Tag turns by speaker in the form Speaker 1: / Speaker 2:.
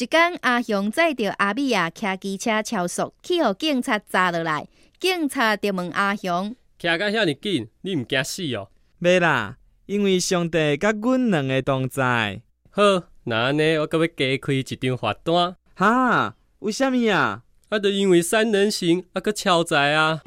Speaker 1: 一天，阿雄载着阿米啊，骑机车超速，去互警察抓落来。警察就问阿雄，
Speaker 2: 骑到遐尼紧，你毋惊死哦？
Speaker 3: 袂啦，因为上帝甲阮两个同在。
Speaker 2: 好，那安尼我阁要加开一张罚单，
Speaker 3: 哈，为虾米啊？
Speaker 2: 啊，就因为三人行，啊，阁超载啊。